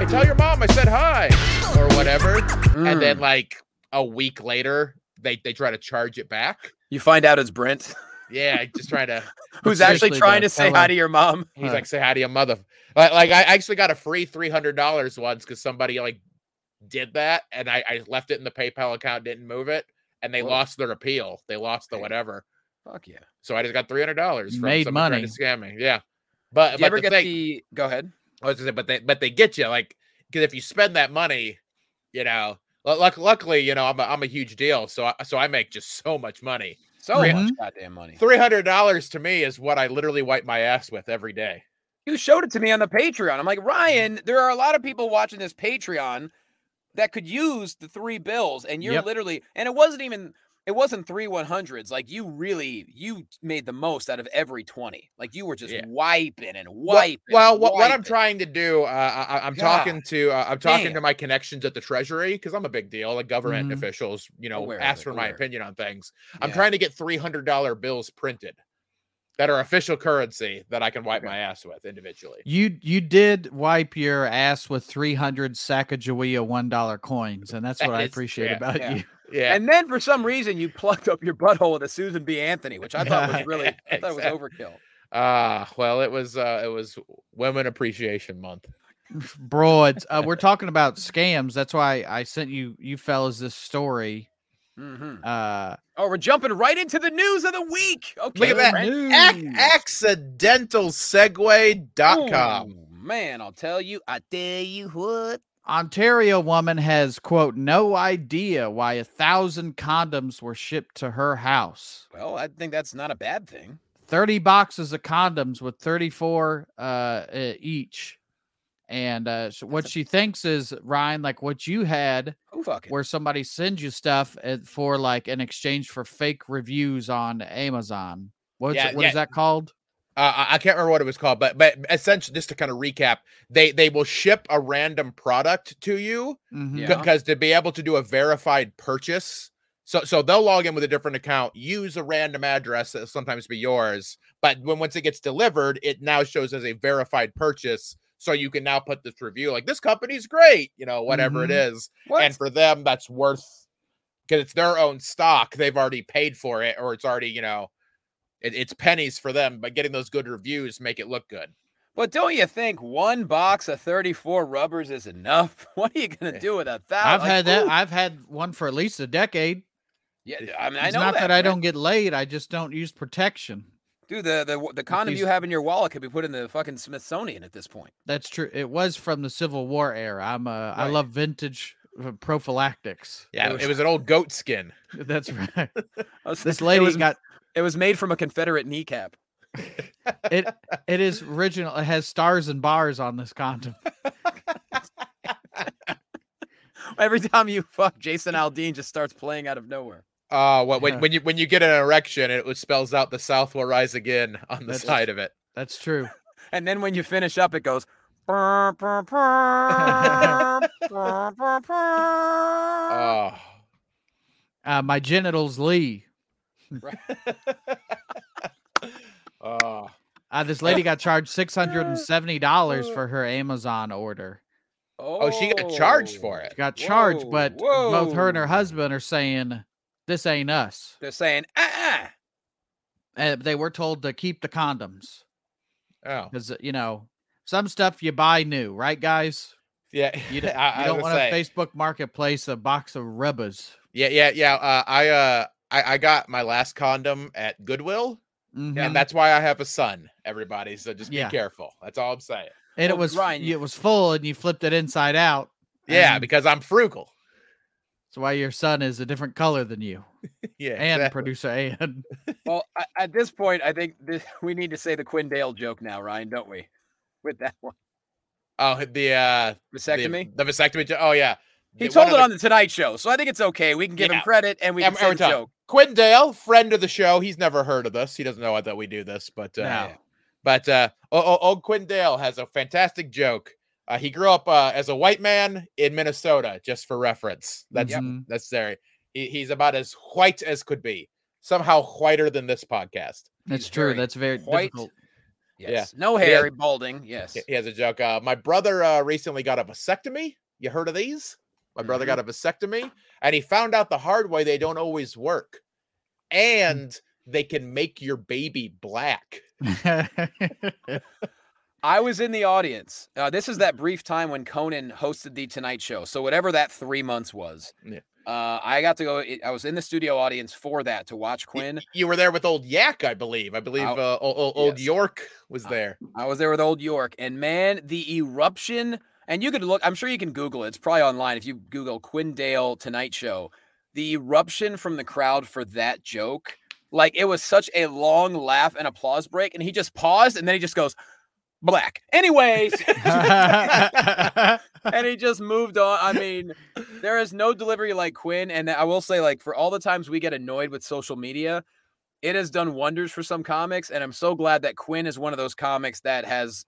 Mm-hmm. mom, I said hi or whatever. And then like a week later, they they try to charge it back. You find out it's Brent, Yeah, just trying to. who's actually seriously, trying though, to say tell hi him. to your mom. He's Huh. like, say hi to your mother. Like, like I actually got a free three hundred dollars once because somebody like did that, and I, I left it in the PayPal account, didn't move it, and they Whoa. lost their appeal. They lost the Hey. whatever. Fuck yeah. So I just got three hundred dollars. Made someone trying money. to scam me. Yeah, but Do you but ever the get thing- the? Go ahead. I was gonna say, but they but they get you like because if you spend that money, you know, lu- luck, luckily, you know, I'm a, I'm a huge deal, so I, so I make just so much money. So Mhm. much goddamn money. Three hundred dollars to me is what I literally wipe my ass with every day. You showed it to me on the Patreon. I'm like Ryan. There are a lot of people watching this Patreon that could use the three bills, and you're Yep. literally. And it wasn't even. It wasn't three one hundreds. Like you really, you made the most out of every twenty. Like you were just Yeah. wiping and Well- wiping. Well, what, what I'm wiping. trying to do, uh, I, I- I'm talking to uh, I'm talking to my connections at the Treasury because I'm a big deal. Like government Mhm. officials, you know, Mm-hmm. Aware of ask it, for my aware. opinion on things. I'm Yeah. trying to get three hundred dollar bills printed that are official currency that I can wipe Okay. my ass with individually. You you did wipe your ass with 300 Sacagawea one dollar coins, and that's That what I is- appreciate yeah, about yeah. you. Yeah, And then for some reason you plugged up your butthole to Susan B. Anthony, which I thought was really I thought it was Exact- overkill. Ah, well, it was uh it was Women Appreciation Month. Bro, it's, uh, we're talking about scams. That's why I sent you you fellas this story. hmm Uh, Oh, we're jumping right into the news of the week. Okay, Look at that. Brent. news. accidentalsegue.com. Ooh, Oh, man, I'll tell you. I tell you what. Ontario woman has quote no idea why a thousand condoms were shipped to her house. Well, I think that's not a bad thing. 30 boxes of condoms with 34 uh, uh each. And uh, so what she thinks is Ryan, like what you had, Who fucking? where somebody sends you stuff uh, for like in exchange for fake reviews on Amazon. What's Yeah, it- what yeah. is that called? Uh, I- I can't remember what it was called, but but essentially, just to kind of recap, they they will ship a random product to you Mhm. Yeah. because to be able to do a verified purchase, so so they'll log in with a different account, use a random address that sometimes be yours, but when once it gets delivered, it now shows as a verified purchase, so you can now put this review like this company's great, you know, whatever it is. What? and for them that's worth because it's their own stock they've already paid for it or it's already you know it, it's pennies for them but getting those good reviews make it look good but don't you think one box of thirty-four rubbers is enough? What are you gonna Yeah. do with a Eh, I've thousand? had that. I've had one for at least a decade. yeah, I mean, I It's know not that, that I Brent. don't get laid. I just don't use protection. Dude, the the the condom these- you have in your wallet could be put in the fucking Smithsonian at this point. That's true. It was from the Civil War era. I'm uh, I Right. love vintage uh, prophylactics. yeah it was, was- an old goat skin That's right. I was- This it lady was, got it was made from a Confederate kneecap. it it is original it has stars and bars on this condom Every time you fuck, Jason Aldean just starts playing out of nowhere. uh what when, Yeah. when you when you get an erection it was- spells out the south will rise again on the That's- side of it that's true And then when you finish up, it goes. "Brr, brr, Oh, brr, brr, brr, brr." oh Ah. uh, my genitals lee oh uh, this lady got charged $670 for her amazon order oh she got charged for she it got charged Whoa, but both her and her whoa. husband are saying this ain't us Oh. They're saying, uh-uh. and they were told to keep the condoms oh because you know some stuff you buy new right guys yeah you, d- I, I you don't was want saying. to facebook marketplace a box of rubbers yeah yeah yeah uh, i uh I, I got my last condom at goodwill Mhm. and that's why I have a son. Everybody, so just be Yeah. careful. That's all I'm saying. and it Well, was f- Ryan, you- it was full and you flipped it inside out Yeah, and- because I'm frugal. That's why your son is a different color than you. Yeah, And exact- producer and Well, I, at this point, I think this, we need to say the Quinn Dale joke now, Ryan, don't we? With that one. oh the uh Vasectomy? the, the vasectomy. jo- Oh yeah, He The- told one it of on the Tonight Show, so I think it's okay. We can give Yeah. him credit and we Yeah, can say every the time. joke. Quinn Dale, friend of the show. He's never heard of this. He doesn't know that we do this, but uh, now. but uh, o- o- old Quinn Dale has a fantastic joke. Uh, he grew up uh, as a white man in Minnesota, just for reference. That's Yep. necessary. He, he's about as white as could be. Somehow whiter than this podcast. That's He's true. very That's very white. difficult. Yes. No hair, balding. Yes. He- He has a joke. Uh, my brother uh, recently got a vasectomy, You heard of these? My brother Mm-hmm. got a vasectomy and he found out the hard way they don't always work. Mm. And they can make your baby black. I was in the audience. Uh, this is that brief time when Conan hosted the Tonight Show. So whatever that three months was, Yeah. uh, I got to go. it- I was in the studio audience for that to watch Y- Quinn. You were there with old Yak, I believe. I believe Ow. uh, o- o- old Yes. Ah, York was Ow. there. I was there with Old York, and man, the eruption. And you could look. I'm sure you can Google it. It's probably online if you Google Quinn Dale Tonight Show. The eruption from the crowd for that joke, like it was such a long laugh and applause break, and he just paused, and then he just goes black. Anyways. and he just moved on. I mean, there is no delivery like Quinn. And I will say, like, for all the times we get annoyed with social media, it has done wonders for some comics. And I'm so glad that Quinn is one of those comics that has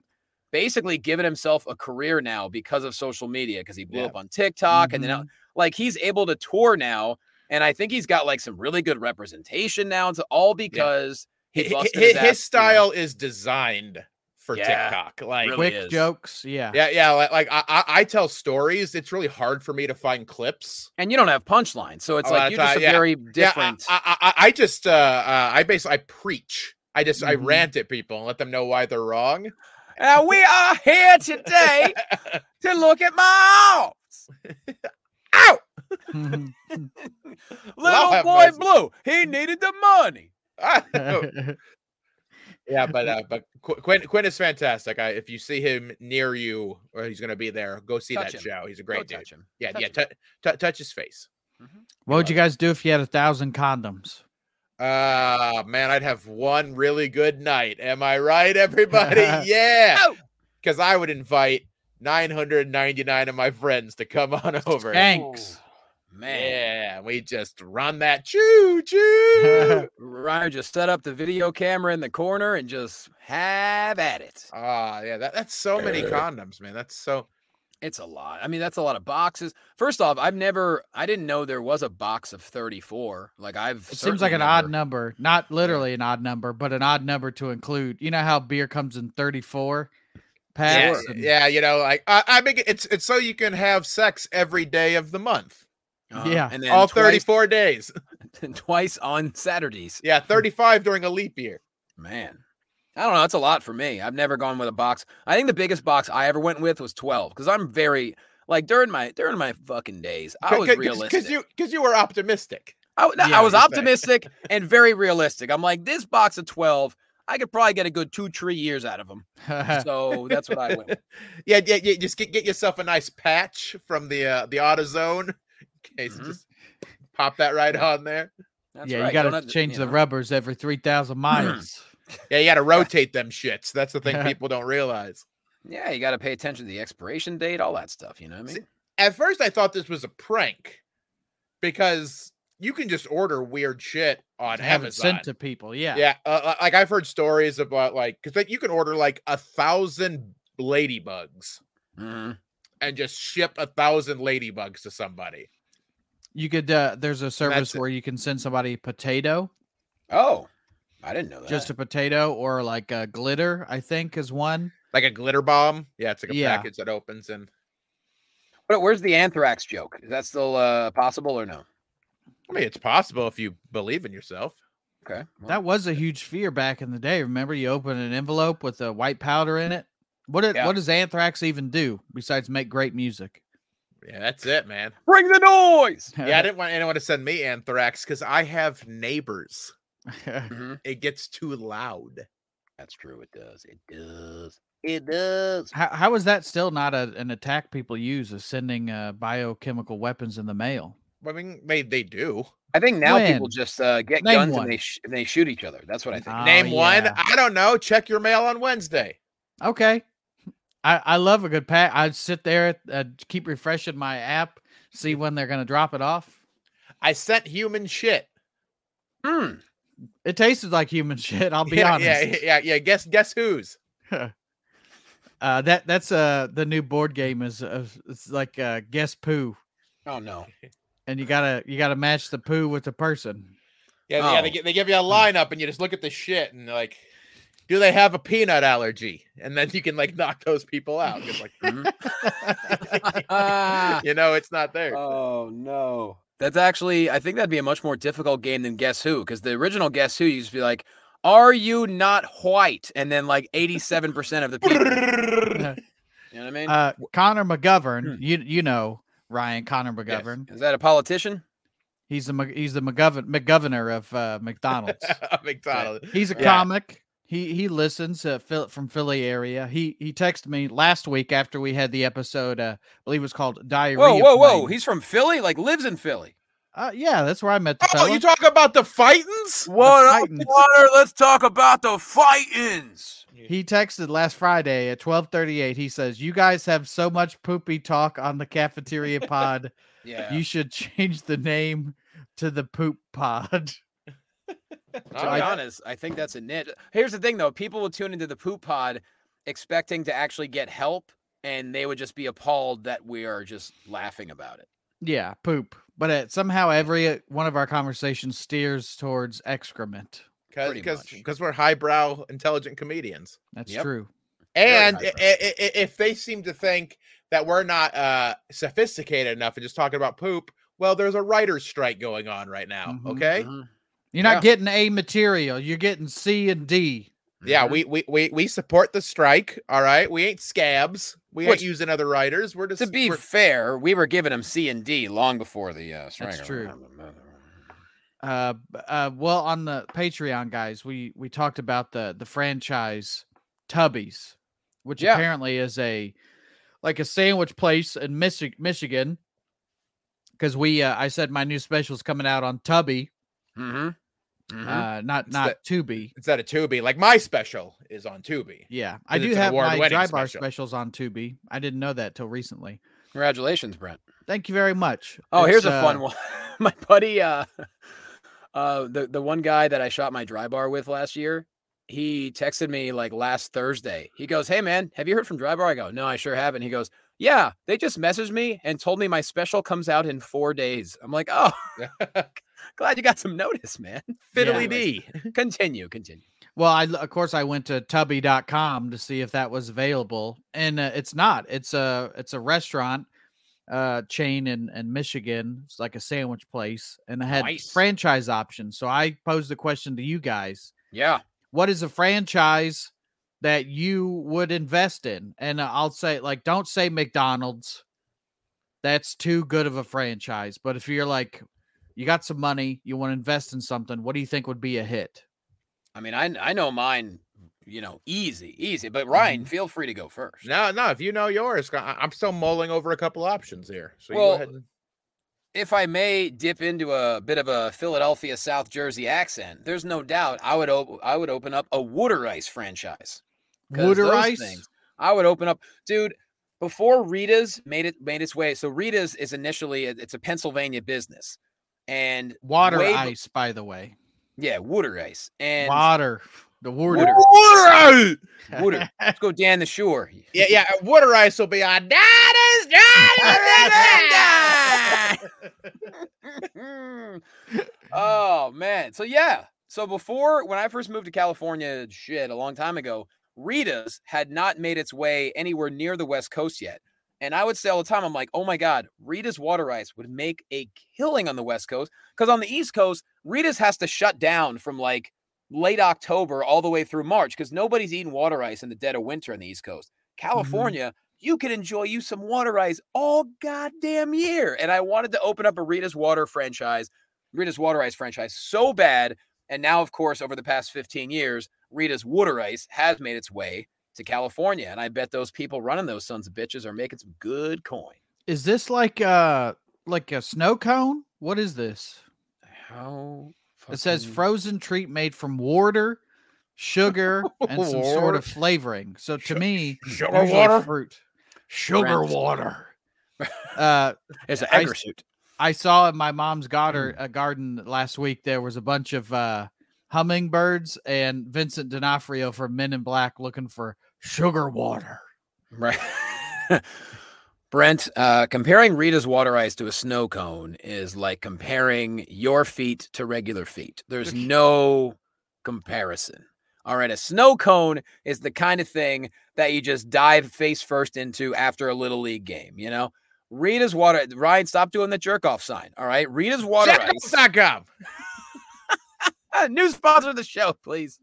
basically given himself a career now because of social media, because he blew Yeah. Mm-hmm. up on TikTok and then uh, like he's able to tour now. And I think he's got like some really good representation now. It's all because Hi- he hi- busted hi- his his, ass, you know? style is designed for Yeah, TikTok. Like, really. quick is. jokes. Yeah. yeah, yeah. Like, like I, I, I tell stories. It's really hard for me to find clips. and you don't have punchlines. So it's Oh, like that's you're just right, a yeah. very Yeah, different. I, I, I, I just, uh, uh, I basically I preach. I just I Mm-hmm. Mhm. rant at people and let them know why they're wrong. Uh, we are here today to look at my arms. Ow! Mhm. Little Wow, boy Mason. blue, he needed the money. Ah, yeah, but uh, but Qu- Quinn Quinn is fantastic. I, if you see him near you, or he's gonna be there, go see Touch that him. show. He's a Go great dude. touch him. Yeah, touch yeah. him. tou- tou- touch his face. what would you guys do if you had a thousand condoms? Ah, man, I'd have one really good night. Am I right, everybody? yeah. Oh. Because I would invite 999 of my friends to come on over. Thanks. Ooh, Oh, man. Yeah, we just run that choo choo. Ryan just set up the video camera in the corner and just have at it. Ah, yeah, that, that's so many condoms, man. That's so. It's a lot. I mean, that's a lot of boxes. First off, I've never, I didn't know there was a box of 34. Like, I've. It seems like an certainly odd never- number, not literally an odd number, but an odd number to include. You know how beer comes in 34 Yeah, packs? and- yeah, you know, like I, I make it, it's it's so you can have sex every day of the month, Yeah. uh-huh. And then all twice- 34 days. twice on Saturdays. Yeah, 35 during a leap year. Man, I don't know. That's a lot for me. I've never gone with a box. I think the biggest box I ever went with was twelve because I'm very like during my during my fucking days. I was realistic. because you because you were optimistic. I, w- no, I Yeah, was you say. optimistic and very realistic. I'm like this box of twelve. I could probably get a good two three years out of them. So that's what I went. With. yeah, yeah, yeah. Just get, get yourself a nice patch from the uh, the AutoZone. In case Mhm. just pop that right on there. That's yeah, right. you got Don't to have change you the know. Hmm. rubbers every 3,000 miles. Yeah, you got to rotate them shits. That's the thing people don't realize. Yeah, you got to pay attention to the expiration date, all that stuff. You know what I See, mean? At first, I thought this was a prank because you can just order weird shit on to have it Amazon. sent to people. Yeah. yeah, uh, uh, like I've heard stories about like because you can order like a thousand ladybugs Mhm. and just ship a thousand ladybugs to somebody. You could, uh, there's a service it. where you can send somebody a potato, Oh, I didn't know that. just a potato, or like a glitter, I think is one. like a glitter bomb. Yeah, it's like a Yeah. package that opens and But where's the anthrax joke? Is that still uh, possible or no? I mean it's possible if you believe in yourself. Okay. well, That was a huge fear back in the day. Remember, you open an envelope with a white powder in it. What, did, Yeah. what does anthrax even do besides make great music? Yeah, that's it, man. Bring the noise. Yeah, I didn't want anyone to send me anthrax because I have neighbors. Mm-hmm. It gets too loud. That's true. It does. It does. It does. How, how is that still not a, an attack people use is sending uh, biochemical weapons in the mail? I mean, they they do. I think now people When? just uh, get Name guns one. and they sh- and they shoot each other. That's what I think. Ah. Oh, Name one. yeah. I don't know. Check your mail on Wednesday. Okay. I, I love a good pack. I'd sit there, uh, keep refreshing my app, see when they're going to drop it off. I sent human shit. Hmm. It tasted like human shit. I'll be yeah, honest. Yeah, yeah, yeah. Guess guess who's? Uh, that that's uh the new board game is uh, it's like uh, guess poo, Oh no. and you gotta you gotta match the poo with the person. Yeah, yeah. They, Oh. gi- they give you a lineup and you just look at the shit and like do they have a peanut allergy? And then you can like knock those people out. 'cause, like, "Hmm?" Ah. you know, it's not there. oh no. That's actually I think that'd be a much more difficult game than Guess Who because the original Guess Who used to be like, "Are you not white?" and then like eighty-seven percent of the people. You know what I mean? Uh, Connor McGovern, Hmm. you you know Ryan Connor Yes. McGovern. Is that a politician? He's the Mc- he's the McGovern McGovernor of uh, McDonald's. McDonald's. He's a Yeah. comic. He he listens uh, Phil, from Philly area. He he texted me last week after we had the episode. Uh, I believe it was called Diarrhea. Whoa, whoa, whoa! Plane. He's from Philly, like lives in Philly. uh, yeah, that's where I met the Oh, fella. you talk about the fightins? What up, Titans. water? Let's talk about the fightins. he texted last Friday at twelve thirty eight. He says, "You guys have so much poopy talk on the cafeteria pod. Yeah. You should change the name to the poop pod." To be honest, I think that's a nit. Here's the thing, though: people will tune into the poop pod expecting to actually get help, and they would just be appalled that we are just laughing about it. Yeah, poop. But uh, somehow every uh, one of our conversations steers towards excrement. pretty Because much. because we're highbrow, intelligent comedians. That's Yep. true. And i- highbrow. i- i- if they seem to think that we're not uh, sophisticated enough and just talking about poop, well, there's a writer's strike going on right now. Mm-hmm, Mhm, Okay. You're Yeah. not getting A material. You're getting C and D. Yeah, mm-hmm. Mhm. we, we we we support the strike. All right, we ain't scabs. We ain't Which- using other writers. We're just To be we're- fair, we were giving them C and D long before the uh, strike. true. Uh, b- uh, well, on the Patreon guys, we we talked about the the franchise Tubbies, which Yeah. apparently is a like a sandwich place in Michi- Michigan. Because we, uh, I said my new special's coming out on Tubby, Mm-hmm. uh, not It's not Tubi. instead of Tubi, like my special is on Tubi. Yeah, I 'Cause do it's an have my award-winning dry bar special. specials on Tubi. I didn't know that till recently. Congratulations, Brent. Thank you very much. Oh, here's It's, a fun uh, one. my buddy, uh, uh, the the one guy that I shot my dry bar with last year, he texted me like last Thursday. He goes, "Hey man, have you heard from Dry Bar?" I go, "No, I sure haven't." He goes, "Yeah, they just messaged me and told me my special comes out in four days." I'm like, "Oh, glad you got some notice, man." Fiddly Yeah. D. Continue, continue. Well, I l- of course I went to tubby.com to see if that was available, and uh, it's not. It's a it's a restaurant uh chain in in Michigan. It's like a sandwich place, and it had Nice. franchise options. So I posed the question to you guys: Yeah, What is a franchise that you would invest in? And uh, I'll say, like, don't say McDonald's. That's too good of a franchise. But if you're like, you got some money, you want to invest in something, what do you think would be a hit? I mean, I I know mine, you know, easy, easy. But Mm-hmm. Ryan, feel free to go first. No, no. If you know yours, I- I'm still mulling over a couple options here. So you Well, go ahead. And, if I may dip into a bit of a Philadelphia, South Jersey accent, there's no doubt I would op- I would open up a Wooder Ice franchise. 'cause Water those ice. things- I would open up, dude. Before Rita's made it made its way, so Rita's is initially it- it's a Pennsylvania business, and Water way be- ice, by the way. yeah, Wooder Ice and water. The water. Water. Water! Wooder. Let's go Dan the Shore. Yeah, yeah. Water ice will be on. oh man. So yeah. So before when I first moved to California, shit, a long time ago, Rita's had not made its way anywhere near the West Coast yet. And I would say all the time, I'm like, oh my God, Rita's water ice would make a killing on the West Coast. Because on the East Coast, Rita's has to shut down from like late October all the way through March because nobody's eating water ice in the dead of winter on the East Coast. California, you could enjoy you some water ice all goddamn year. And I wanted to open up a Rita's Water franchise, Rita's Water Ice franchise so bad. And now, of course, over the past 15 years, Rita's Water Ice has made its way to California. And I bet those people running those sons of bitches are making some good coin. Is this like uh like a snow cone? What is this? How It says fucking- frozen treat made from water, sugar, and some sort of flavoring. So to me, Sugar usually water. fruit. Sugar Friends. water. uh it's an ice- eggersuit. I saw in my mom's garden, Mm. uh, garden last week there was a bunch of uh, hummingbirds and Vincent D'Onofrio from Men in Black looking for sugar water. Right. Brent, uh, comparing Rita's water ice to a snow cone is like comparing your feet to regular feet. There's no comparison. All right, a snow cone is the kind of thing that you just dive face first into after a little league game, you know? Rita's water. Ryan, stop doing the jerk off sign. All right. Rita's water ice. Jackoff.com. Ah, New sponsor of the show, please.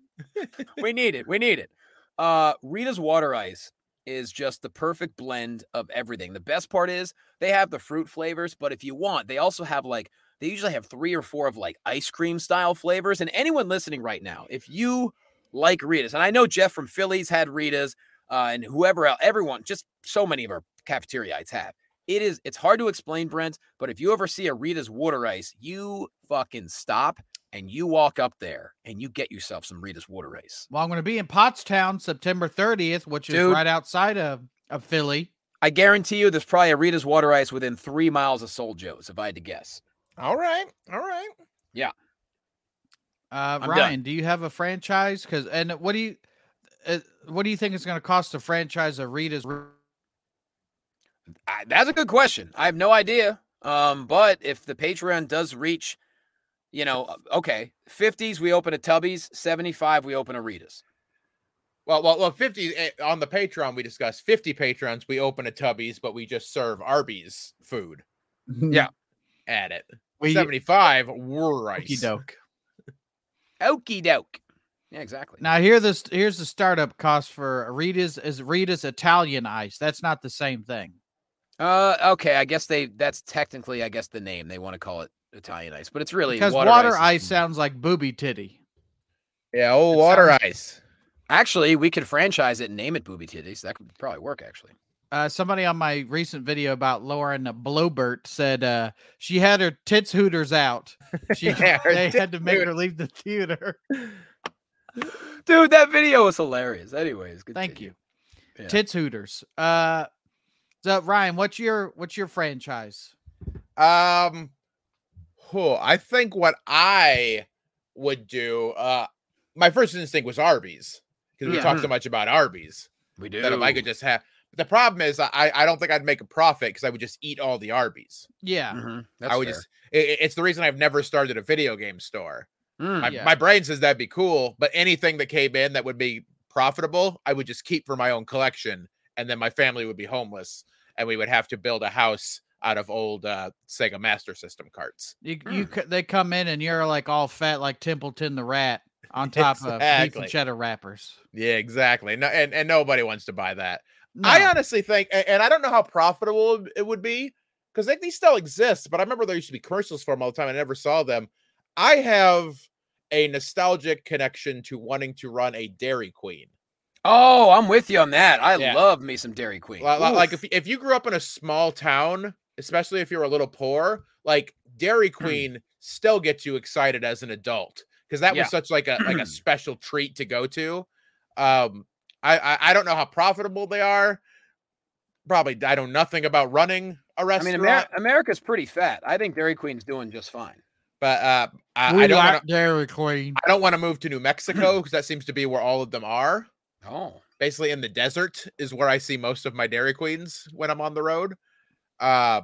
we need it. We need it. Uh, Rita's water ice is just the perfect blend of everything. The best part is they have the fruit flavors, but if you want, they also have like they usually have three or four of like ice cream style flavors. And anyone listening right now, if you like Rita's, and I know Jeff from Philly's had Rita's, uh, and whoever else, everyone, just so many of our cafeteriaites have. It is. It's hard to explain, Brent, but if you ever see a Rita's water ice, you fucking stop and you walk up there and you get yourself some Rita's water ice. Well, I'm going to be in Pottstown September 30th, which is Dude. right outside of, of Philly. I guarantee you there's probably a Rita's Water Ice within three miles of Soul Joe's, if I had to guess. All right. All right. Uh, I'm done. Ryan, do you have a franchise? Because and what do you uh, what do you think it's going to cost to franchise a Rita's? I, that's a good question. I have no idea. Um, but if the Patreon does reach, you know, uh, okay, 50s, we open a Tubby's, 75, we open a Rita's. Well, well, well, 50 eh, on the Patreon, we discussed 50 patrons. We open a Tubby's, but we just serve Arby's food Yeah. at it. we 75, we're okey rice. doke. Okie doke. Yeah, exactly. Now here this here's the startup cost for Rita's is Rita's Italian ice. That's not the same thing. Uh, okay, I guess they that's technically, I guess, the name they want to call it Italian ice, but it's really Because water, ice, is- sounds like booby titty. Yeah, oh, That water ice. Actually, we could franchise it and name it Booby Titties. That could probably work, actually. Uh, somebody on my recent video about Lauren Blobert said uh, she had her tits hooters out. She Yeah, her they tits had to make her leave the theater. Dude, that video was hilarious. Anyways, Thank you. Yeah. Tits hooters. Uh, so Ryan, what's your what's your franchise? Um, oh, I think what I would do, uh, my first instinct was Arby's because we Yeah. talked so much about Arby's We do. that if I could just have. The problem is, I I don't think I'd make a profit because I would just eat all the Arby's. Yeah. That's I would fair. just. i- i- it's the reason I've never started a video game store. Mm. My, Yeah. my brain says that'd be cool, but anything that came in that would be profitable, I would just keep for my own collection, and then my family would be homeless, and we would have to build a house out of old uh, Sega Master System carts. You you Hmm. c- they come in and you're like all fat like Templeton the Rat on top of beef Exactly. and cheddar wrappers. Yeah, exactly. No, and and nobody wants to buy that. No. I uh, honestly think, a- and I don't know how profitable it would be because they, they still exist. But I remember there used to be commercials for them all the time. I never saw them. I have a nostalgic connection to wanting to run a Dairy Queen. Oh, I'm with you on that. I Yeah. love me some Dairy Queen. Li- li- Like Oof. if if you grew up in a small town, especially if you're a little poor, like Dairy Hmm. Queen still gets you excited as an adult because that Yeah. was such like a like a special treat to go to. Um, I, I I don't know how profitable they are. Probably I know nothing about running a I mean, restaurant, Amer- America's pretty fat. I think Dairy Queen's doing just fine. but uh, I, we I don't like wanna, Dairy Queen. I don't want to move to New Mexico because that seems to be where all of them are. Oh, basically in the desert is where I see most of my Dairy Queens when I'm on the road. Uh,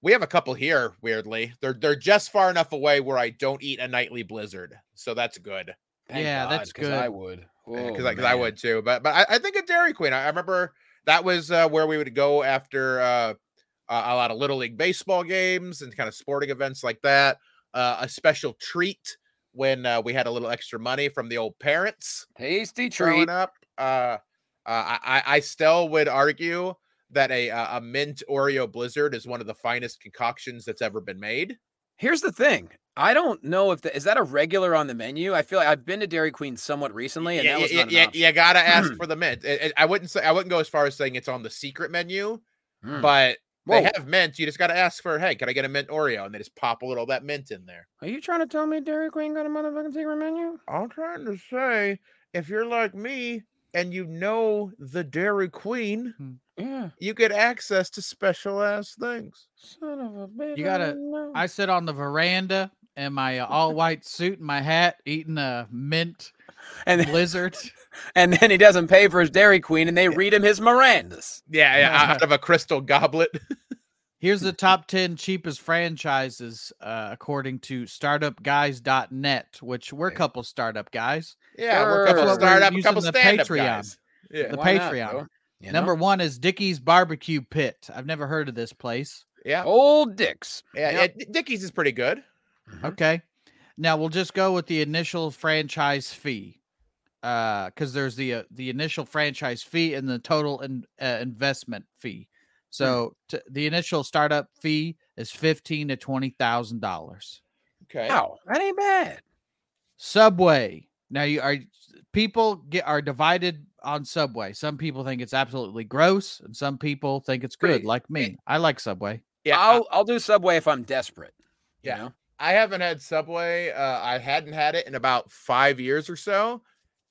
we have a couple here. Weirdly, they're they're just far enough away where I don't eat a nightly blizzard, so that's good thank Yeah, God, that's 'cause good. I would. because Oh, I, 'cause I man. would too. But but I, I think a Dairy Queen. I, I remember that was uh, where we would go after uh, a a lot of little league baseball games and kind of sporting events like that. Uh, a special treat when uh, we had a little extra money from the old parents. Tasty growing treat. up. Uh, uh, I, I I still would argue that a uh, a mint Oreo Blizzard is one of the finest concoctions that's ever been made. Here's the thing. I don't know if the, is that a regular on the menu. I feel like I've been to Dairy Queen somewhat recently, and Yeah, that was yeah, not yeah, enough. Hmm. you gotta ask for the mint. It- it- I wouldn't say I wouldn't go as far as saying it's on the secret menu, Mm. but Whoa, they have mint. You just gotta ask for, hey, can I get a mint Oreo? And they just pop a little of that mint in there. are you trying to tell me Dairy Queen got a motherfucking secret menu? I'm trying to say, if you're like me and you know the Dairy Queen, Yeah, you get access to special ass things. son of a bitch. You gotta- I sit on the veranda in my uh, all white suit and my hat, eating a mint and blizzard. and then he doesn't pay for his Dairy Queen, and they read him his Mirandas. Yeah, yeah, out of a crystal goblet. Here's the top 10 cheapest franchises uh, according to startupguys.net, which we're a Okay. couple startup guys. Yeah, we're a Sure. couple That's what we're startup, using couple the stand up Patreon. guys. Yeah, The Why not, Patreon. bro? You Number know? one is Dickie's Barbecue Pit. I've never heard of this place. yeah, old dicks. yeah. Oh, Yep. yeah. Dickies is pretty good. Mhm. Okay. Now we'll just go with the initial franchise fee, because there's the uh, the initial franchise fee and the total in, uh, investment fee. So t- the initial startup fee is fifteen to twenty thousand dollars. Okay. Wow, that ain't bad. Subway. Now you are people get are divided on Subway. Some people think it's absolutely gross, and some people think it's good, Pretty- like me. I like Subway. Yeah, I- I'll I'll do Subway if I'm desperate. Yeah. You know? I haven't had Subway. Uh, I hadn't had it in about five years or so,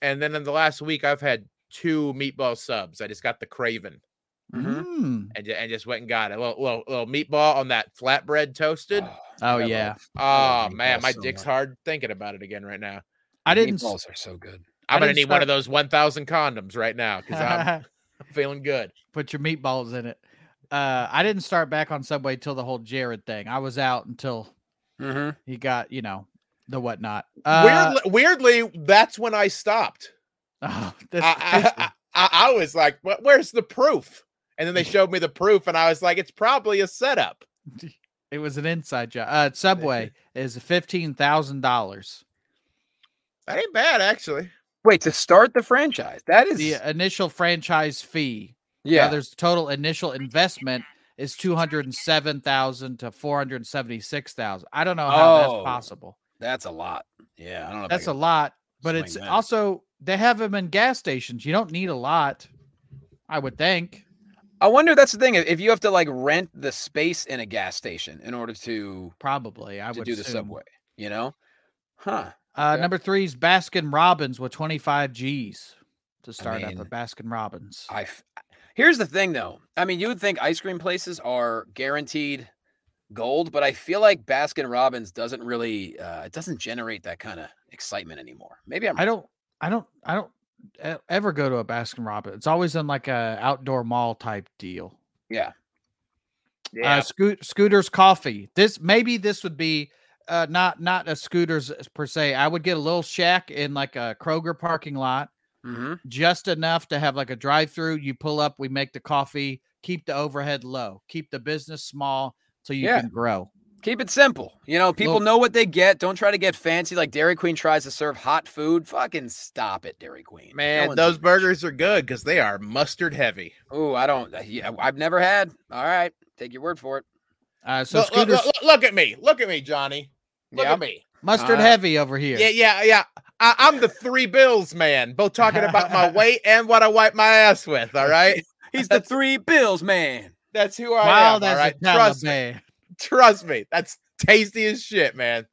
and then in the last week, I've had two meatball subs. I just got the craving Mhm. Mm. and, ju- and just went and got it. A little, little, little meatball on that flatbread toasted. Oh, Oh I yeah, love- I Oh, love man, meatballs my so dick's much. hard thinking about it again right now. I didn't. s- Meatballs are so good. I I'm gonna didn't need one start- of those 1,000 condoms right now because I'm feeling good. put your meatballs in it. Uh, I didn't start back on Subway till the whole Jared thing. I was out until Mm-hmm. he got, you know, the whatnot. Uh, weirdly, weirdly, that's when I stopped. oh, this, I, I, I, I was like, "Wh- "Where's the proof?" And then they Mm. showed me the proof, and I was like, "It's probably a setup." this- it was an inside job. Uh, Subway is fifteen thousand dollars. That ain't bad, actually. Wait to start the franchise. That is The yeah. initial franchise fee. Now, yeah. there's total initial investment is two hundred and seven thousand to four hundred seventy-six thousand. I don't know how Oh. that's possible. That's a lot. Yeah, I don't know. if I That's a could lot, but swing it's that. also they have them in gas stations. You don't need a lot, I would think. I wonder. if That's the thing. If if you have to like rent the space in a gas station in order to Probably, I to would do the assume. subway, you know? Huh. Uh, Okay. Number three is Baskin Robbins with 25 G's to start mean, up at Baskin Robbins. I f- here's the thing though. I mean, you would think ice cream places are guaranteed gold, but I feel like Baskin Robbins doesn't really uh, it doesn't generate that kind of excitement anymore. Maybe I'm I don't, I don't, I don't e- ever go to a Baskin Robbins. It's always in like a outdoor mall type deal. Uh, Scoot, Scooter's Coffee. This maybe this would be uh, not not a Scooter's uh, per se. I would get a little shack in like a Kroger parking lot. Mhm. just enough to have like a drive through. You pull up, we make the coffee, keep the overhead low, keep the business small so you Yeah. can grow. Keep it simple. You know, people Look- know what they get. Don't try to get fancy like Dairy Queen tries to serve hot food. Fucking stop it, Dairy Queen. No Man, one's those eating that burgers are good because they are mustard heavy. shit. Ooh, I don't yeah, I've never had. All right. Take your word for it. Uh, so Look, look, Scooter's look- look at me. Look at me, Johnny. Look Yeah. at me. mustard uh, heavy over here. Yeah, yeah, yeah. I, I'm the three bills man, both talking about my weight and what I wipe my ass with. All right. He's the three bills man. That's who I Wow, am. All that's right. a Trust me. Taliban. Trust me. That's tasty as shit, man.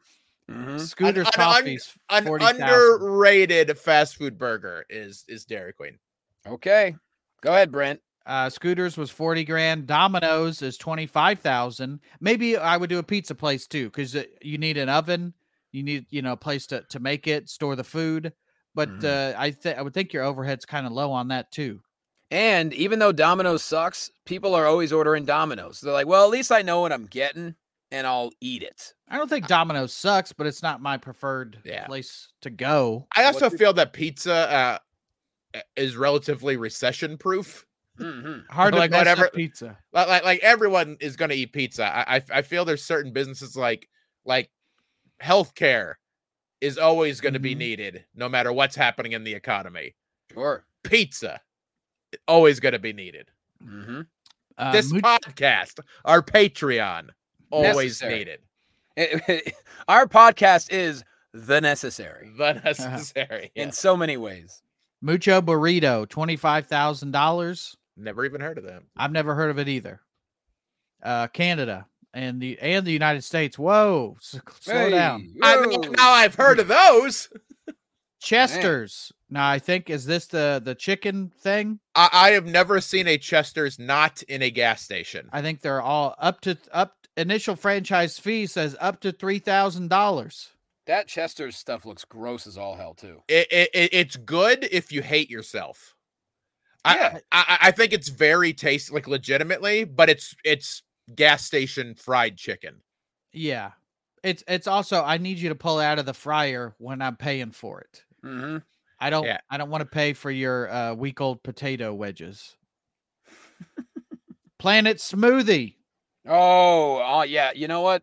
Mm-hmm. Mhm. Scooter's an un- coffees. An 40,000. underrated fast food burger is is Dairy Queen. Okay. Go ahead, Brent. Uh, Scooter's was 40 grand. Domino's is 25,000. Maybe I would do a pizza place too because you need an oven. You need, you know, a place to, to make it, store the food. But Mhm. Mm-hmm. uh, I, th- I would think your overhead's kind of low on that too. And even though Domino's sucks, people are always ordering Domino's. They're like, well, at least I know what I'm getting and I'll eat it. I don't think Domino's sucks, but it's not my preferred Uh Yeah. place to go. I What's also your- feel that pizza uh, is relatively recession proof. hmm Hard to Like, mess whatever- up pizza. like like, like everyone is going to eat pizza. I, I I feel there's certain businesses like like healthcare is always going to be Mhm. needed no matter what's happening in the economy. Sure. Pizza always going to be needed. hmm Uh, this Muc- podcast, our Patreon, always Necessary. Eh, needed. Our podcast is the necessary The necessary. yeah. in so many ways. Mucho Burrito, $25,000. Never even heard of that. I've never heard of it either. Uh, Canada and the and the United States. Whoa, s- slow down. Hey, I mean, whoa. now I've heard of those. Chester's. Now I think is this the the chicken thing? I, I have never seen a Chester's not in a gas station. I think they're all up to up initial franchise fee says up to three thousand dollars. that Chester's stuff looks gross as all hell, too. it, it, it- it's good if you hate yourself. I, Yeah. I I- I think it's very tasty, like legitimately, but it's it's gas station fried chicken. Yeah. It's it's also I need you to pull it out of the fryer when I'm paying for it. hmm I don't Yeah. I don't want to pay for your uh, week old potato wedges. Planet Smoothie. Oh, oh, yeah. You know what?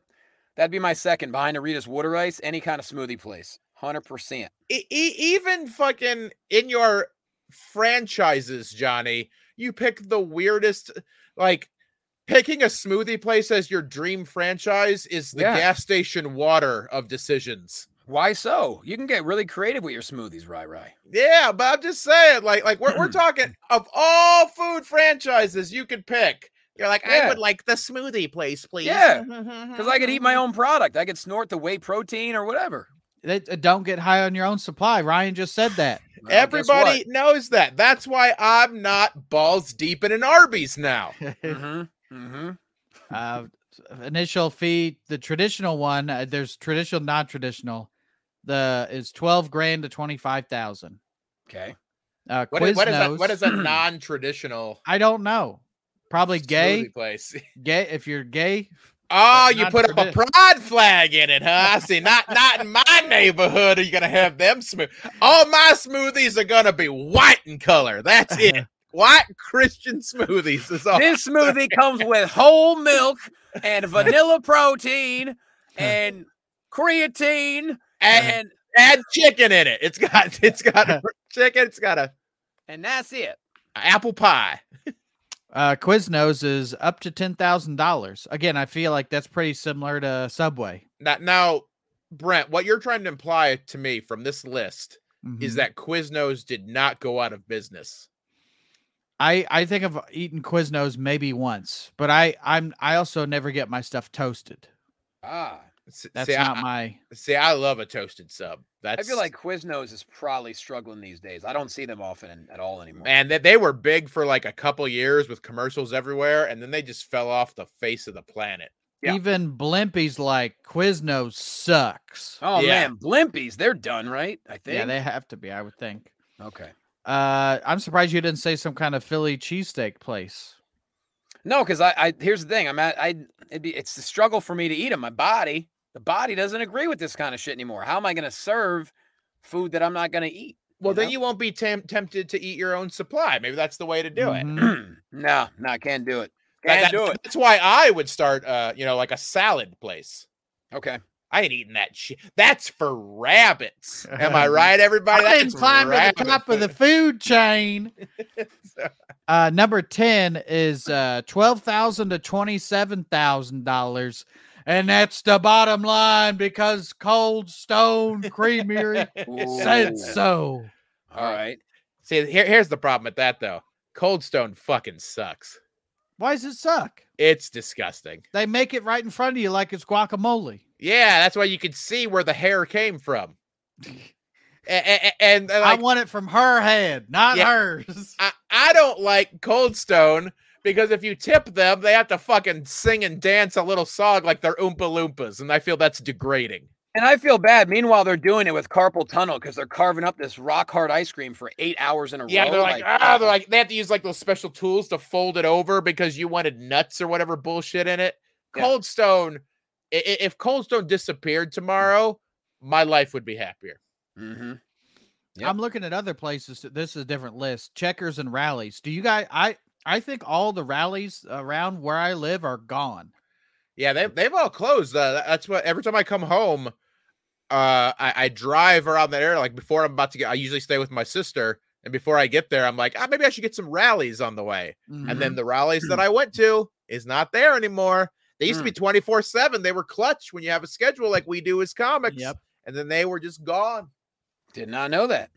That'd be my second behind Arita's Water Ice, any kind of smoothie place. 100%. E- e- even fucking in your franchises, Johnny, you pick the weirdest. Like picking a smoothie place as your dream franchise is the Yeah. gas station water of decisions. Why so? You can get really creative with your smoothies, Rai Rai. Yeah, but I'm just saying, like, like we're we're talking of all food franchises you could pick. You're like, I Yeah. would like the smoothie place, please. Mm-hmm, Yeah, Because I could eat my own product. I could snort the whey protein or whatever. That- uh, Don't get high on your own supply. Ryan just said that. Well, guess Everybody knows that. That's why I'm not balls deep in an Arby's now. what? Mhm, mhm. uh, initial fee, the traditional one, uh, there's traditional, non traditional. The is 12 grand to 25,000. Okay. Uh, What is, what is that? What Quiznos, is a non-traditional I don't know. Probably gay. smoothie place? Gay. If you're gay, Oh, That's you not put up a traditional. pride flag in it, huh? I see. Not not in my neighborhood are you gonna have them smooth. All my smoothies are gonna be white in color. That's it. White Christian smoothies is all. This smoothie comes with whole milk and vanilla protein and Uh-huh. creatine Add, and add chicken in it. It's got it's got a chicken. It's got a, and that's it. a apple pie. uh, Quiznos is up to $10,000. Again, I feel like that's pretty similar to Subway. Now, now, Brent, what you're trying to imply to me from this list is Mhm. that Quiznos did not go out of business. I I think I've eaten Quiznos maybe once, but I I'm I also never get my stuff toasted. Ah. S- That's see, not I, my see, I love a toasted sub. That's I feel like Quiznos is probably struggling these days. I don't see them often at all anymore. Man, they, they were big for like a couple years with commercials everywhere, and then they just fell off the face of the planet. yeah. even Blimpy's like Quiznos sucks. Oh Yeah. man, Blimpies, they're done, right? I think. Yeah, they have to be, I would think. okay. Uh I'm surprised you didn't say some kind of Philly cheesesteak place. No, because I, I here's the thing. I'm at I it'd be it's a struggle for me to eat them. My body, the body doesn't agree with this kind of shit anymore. How am I gonna serve food that I'm not gonna eat? Well, You then know? you won't be tem- tempted to eat your own supply. Maybe that's the way to do it. Mhm. no, no, I can't do it. That- Can't that- do it. That's why I would start, uh, you know, like a salad place. Okay. I ain't eating that shit. That's for rabbits. Am I right, everybody? I didn't That's climb to the rabbit top of the food. food chain. Uh, number 10 is uh, 12000 to $27,000. And that's the bottom line because Cold Stone Creamery said Ooh. so. All right. See, here, here's the problem with that though. Cold Stone fucking sucks. Why does it suck? It's disgusting. They make it right in front of you like it's guacamole. Yeah, that's why you can see where the hair came from. and and, and uh, I like, want it from her head, not Yeah. hers. I, I don't like Cold Stone because if you tip them, they have to fucking sing and dance a little song like they're Oompa Loompas, and I feel that's degrading. And I feel bad. Meanwhile, they're doing it with carpal tunnel because they're carving up this rock hard ice cream for eight hours in a row. Yeah, they're like, ah, they're like they have to use like those special tools to fold it over because you wanted nuts or whatever bullshit in it. Yeah. Cold Stone, i- i- if Cold Stone disappeared tomorrow, my life would be happier. mm-hmm. Yep. I'm looking at other places. that- This is a different list. Checkers and rallies. Do you guys? I I think all the rallies around where I live are gone. Yeah, they they've all closed. Uh, tha- that's what every time I come home, uh, I, I drive around that area. Like before I'm about to get, I usually stay with my sister, and before I get there, I'm like, ah, maybe I should get some rallies on the way. Mm-hmm. And then the rallies that I went to is not there anymore. They used to be 24 seven. They were clutch when you have a schedule like we do as comics. Yep. And then they were just gone. Did not know that.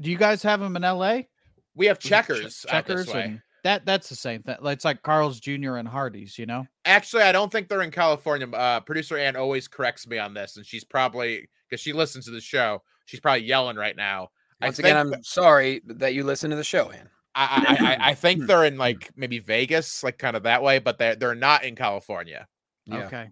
do you guys have them in L.A.? We have Che- checkers. out this way. and that that's the same thing. It's like Carl's Jr. and Hardee's. You know, Actually, I don't think they're in California. Uh, Producer Ann always corrects me on this, and she's probably because she listens to the show. She's probably yelling right now. Once I again, think I'm sorry that you listen to the show, Ann. I, I, I- I think Hmm. they're in like maybe Vegas, like kind of that way, but they're they're not in California. Yeah. okay.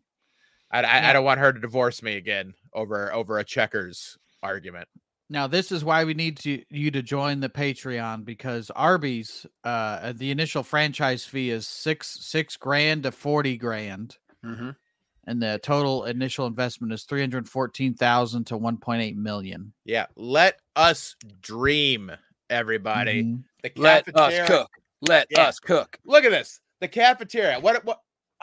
I, I, Yeah. I don't want her to divorce me again over over a checkers argument. Now this is why we need to you to join the Patreon because Arby's uh at the initial franchise fee is six six grand to forty grand, Mhm. and the total initial investment is three hundred fourteen thousand to one point eight million. Yeah, let us dream, everybody. Mhm. The Mm-hmm. Let cafeteria. us cook. Let Yeah. us cook. Look at this. The cafeteria. What? What?